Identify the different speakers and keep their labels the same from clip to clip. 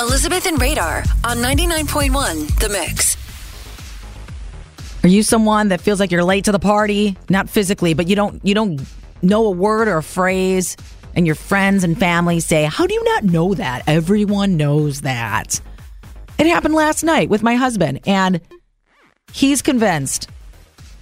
Speaker 1: Elizabeth and Radar on 99.1 The Mix.
Speaker 2: Are you someone that feels like you're late to the party? Not physically, but you don't you don't know a word or a phrase and your friends and family say, "How do you not know that? Everyone knows that." It happened last night with my husband and he's convinced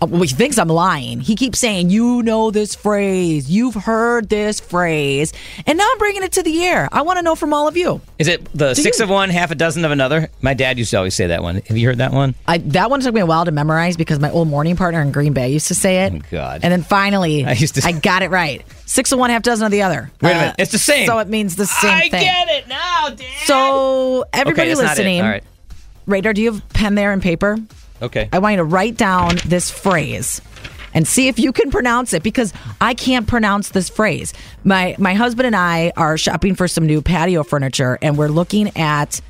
Speaker 2: uh, well, he thinks I'm lying. He keeps saying, You know this phrase. You've heard this phrase. And now I'm bringing it to the air. I want to know from all of you.
Speaker 3: Is it the six of one, half a dozen of another? My dad used to always say that one. Have you heard that one?
Speaker 2: I, that one took me a while to memorize because my old morning partner in Green Bay used to say it.
Speaker 3: Oh, God.
Speaker 2: And then finally, I,
Speaker 3: I used to-
Speaker 2: got it right. Six of one, half dozen of the other.
Speaker 3: Wait a
Speaker 2: Uh,
Speaker 3: minute. It's the same.
Speaker 2: So it means the same
Speaker 3: I
Speaker 2: thing.
Speaker 3: get it now, Dad.
Speaker 2: So everybody
Speaker 3: okay, that's
Speaker 2: listening,
Speaker 3: Not it. All right.
Speaker 2: Radar, do you have pen there and paper?
Speaker 3: Okay. Oh,
Speaker 2: I want you to write down this phrase and see if you can pronounce it because I can't pronounce this phrase. My my husband and I are shopping for some new patio furniture and we're looking at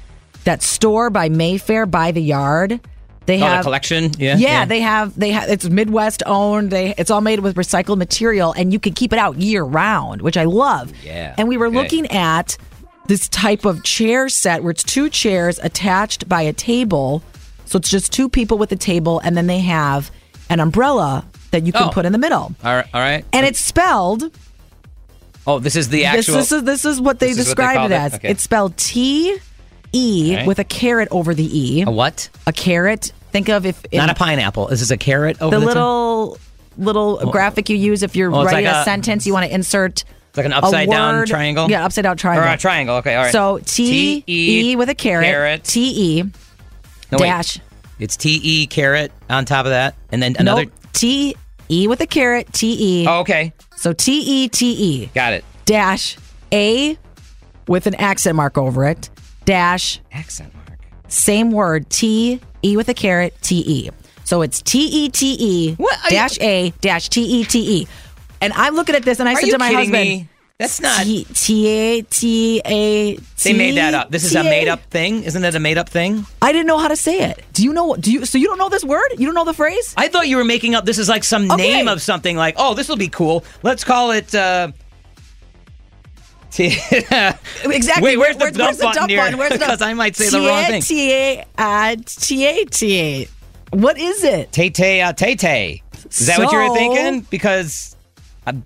Speaker 2: that store by Mayfair by the yard. They
Speaker 3: Oh, the
Speaker 2: have
Speaker 3: collection? Yeah,
Speaker 2: Yeah,
Speaker 3: yeah.
Speaker 2: they have they have it's Midwest owned. They it's all made with recycled material and you can keep it out year round, which I love.
Speaker 3: Oh, Yeah,
Speaker 2: And we were
Speaker 3: okay.
Speaker 2: looking at this type of chair set where it's two chairs attached by a table. So it's just two people with a table, and then they have an umbrella that you can
Speaker 3: Oh.
Speaker 2: put in the middle.
Speaker 3: all right. All right.
Speaker 2: And it's spelled
Speaker 3: oh, this is the
Speaker 2: this,
Speaker 3: actual.
Speaker 2: this is this is what they
Speaker 3: This is what they
Speaker 2: described
Speaker 3: called
Speaker 2: it
Speaker 3: it?
Speaker 2: as.
Speaker 3: Okay.
Speaker 2: It's spelled T E
Speaker 3: Okay.
Speaker 2: with a carrot over the E.
Speaker 3: a what?
Speaker 2: A carrot. Think of if
Speaker 3: Not a pineapple. Is this a carrot over
Speaker 2: the
Speaker 3: the, top?
Speaker 2: little little graphic you use if you're
Speaker 3: Oh, it's
Speaker 2: writing
Speaker 3: like
Speaker 2: a,
Speaker 3: a-
Speaker 2: sentence you want to insert
Speaker 3: It's like an
Speaker 2: a
Speaker 3: upside down
Speaker 2: word-
Speaker 3: triangle?
Speaker 2: yeah upside down triangle
Speaker 3: Or a triangle. Okay. All right.
Speaker 2: so t e with a carrot
Speaker 3: carrot.
Speaker 2: t e
Speaker 3: No, wait.
Speaker 2: dash
Speaker 3: It's T E carrot on top of that, and then another.
Speaker 2: nope, t e with a carrot t e
Speaker 3: Oh, okay.
Speaker 2: so t e t e
Speaker 3: Got it.
Speaker 2: dash a with an accent mark over it dash
Speaker 3: Accent mark.
Speaker 2: same word T E with a carrot T E. So it's T E T E
Speaker 3: What are you-
Speaker 2: dash A dash T E T E. And I'm looking at this and I
Speaker 3: Are
Speaker 2: said
Speaker 3: you
Speaker 2: to my
Speaker 3: kidding
Speaker 2: husband,
Speaker 3: me? That's not.
Speaker 2: T T A T A.
Speaker 3: They made that up. This is
Speaker 2: E
Speaker 3: a made up thing. Isn't it a made up thing?
Speaker 2: I didn't know how to say it. Do you know? Do you? So you don't know this word? You don't know the phrase?
Speaker 3: I thought you were making up. This is like some
Speaker 2: Okay.
Speaker 3: name of something. Like, oh, this will be cool. Let's call it. Uh, t-
Speaker 2: Exactly.
Speaker 3: Wait, where's the
Speaker 2: Where's- where's
Speaker 3: dump button here?
Speaker 2: Where's the-
Speaker 3: Because I might say the wrong thing.
Speaker 2: T A uh, T A T A. What is it?
Speaker 3: Tay Tay uh, Tay Tay. Is that what you
Speaker 2: So-
Speaker 3: were thinking? Because I've,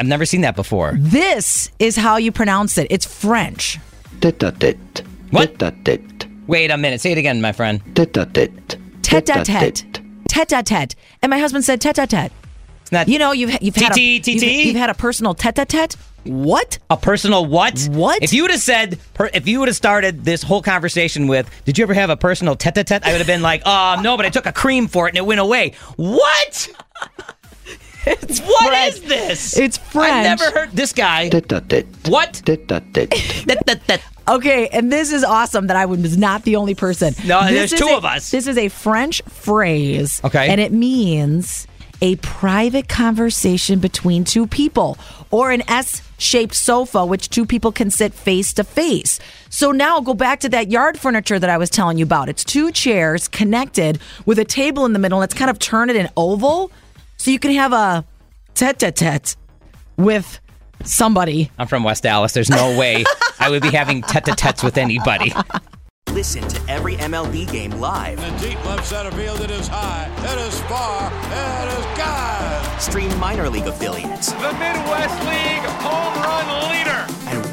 Speaker 3: I've never seen that before.
Speaker 2: This is how you pronounce it. It's French.
Speaker 4: Tête-à-tête.
Speaker 3: What?
Speaker 4: Tête-à-tête.
Speaker 3: Wait a minute. Say it again, my friend.
Speaker 4: Tête-à-tête.
Speaker 2: tete a tete. Tete a tete. And my husband said tete a tete.
Speaker 3: It's not.
Speaker 2: You know, you've you've had a,
Speaker 3: TT.
Speaker 2: you've, you've had a personal tete a tete. What?
Speaker 3: A personal what?
Speaker 2: What?
Speaker 3: If you would have said, per, if you would have started this whole conversation with, "Did you ever have a personal tete-a-tete?" I would have been like, "Um, no, but I took a cream for it and it went away." What? What is
Speaker 2: French.
Speaker 3: this?
Speaker 2: It's
Speaker 3: I've
Speaker 2: French.
Speaker 3: never heard this guy.
Speaker 4: Tête-à-tête.
Speaker 3: What?
Speaker 4: Tête-à-tete.
Speaker 3: Tete-tete.
Speaker 2: Okay, and this is awesome that I was not the only person.
Speaker 3: No,
Speaker 2: This
Speaker 3: there's
Speaker 2: is
Speaker 3: two
Speaker 2: a-
Speaker 3: of us.
Speaker 2: This is a French phrase.
Speaker 3: Okay.
Speaker 2: And it means a private conversation between two people or an S shaped sofa, which two people can sit face to face. So now go back to that yard furniture that I was telling you about. It's two chairs connected with a table in the middle. Let's kind of turn it an oval so you can have a tete a tete with somebody.
Speaker 3: I'm from West Dallas. There's no way I would be having tete-a-tetes with anybody.
Speaker 5: Listen to every MLB game live.
Speaker 6: In deep left center field, it is high, it is far, it is God.
Speaker 5: Stream minor league affiliates
Speaker 7: The Midwest League home run leader.
Speaker 5: and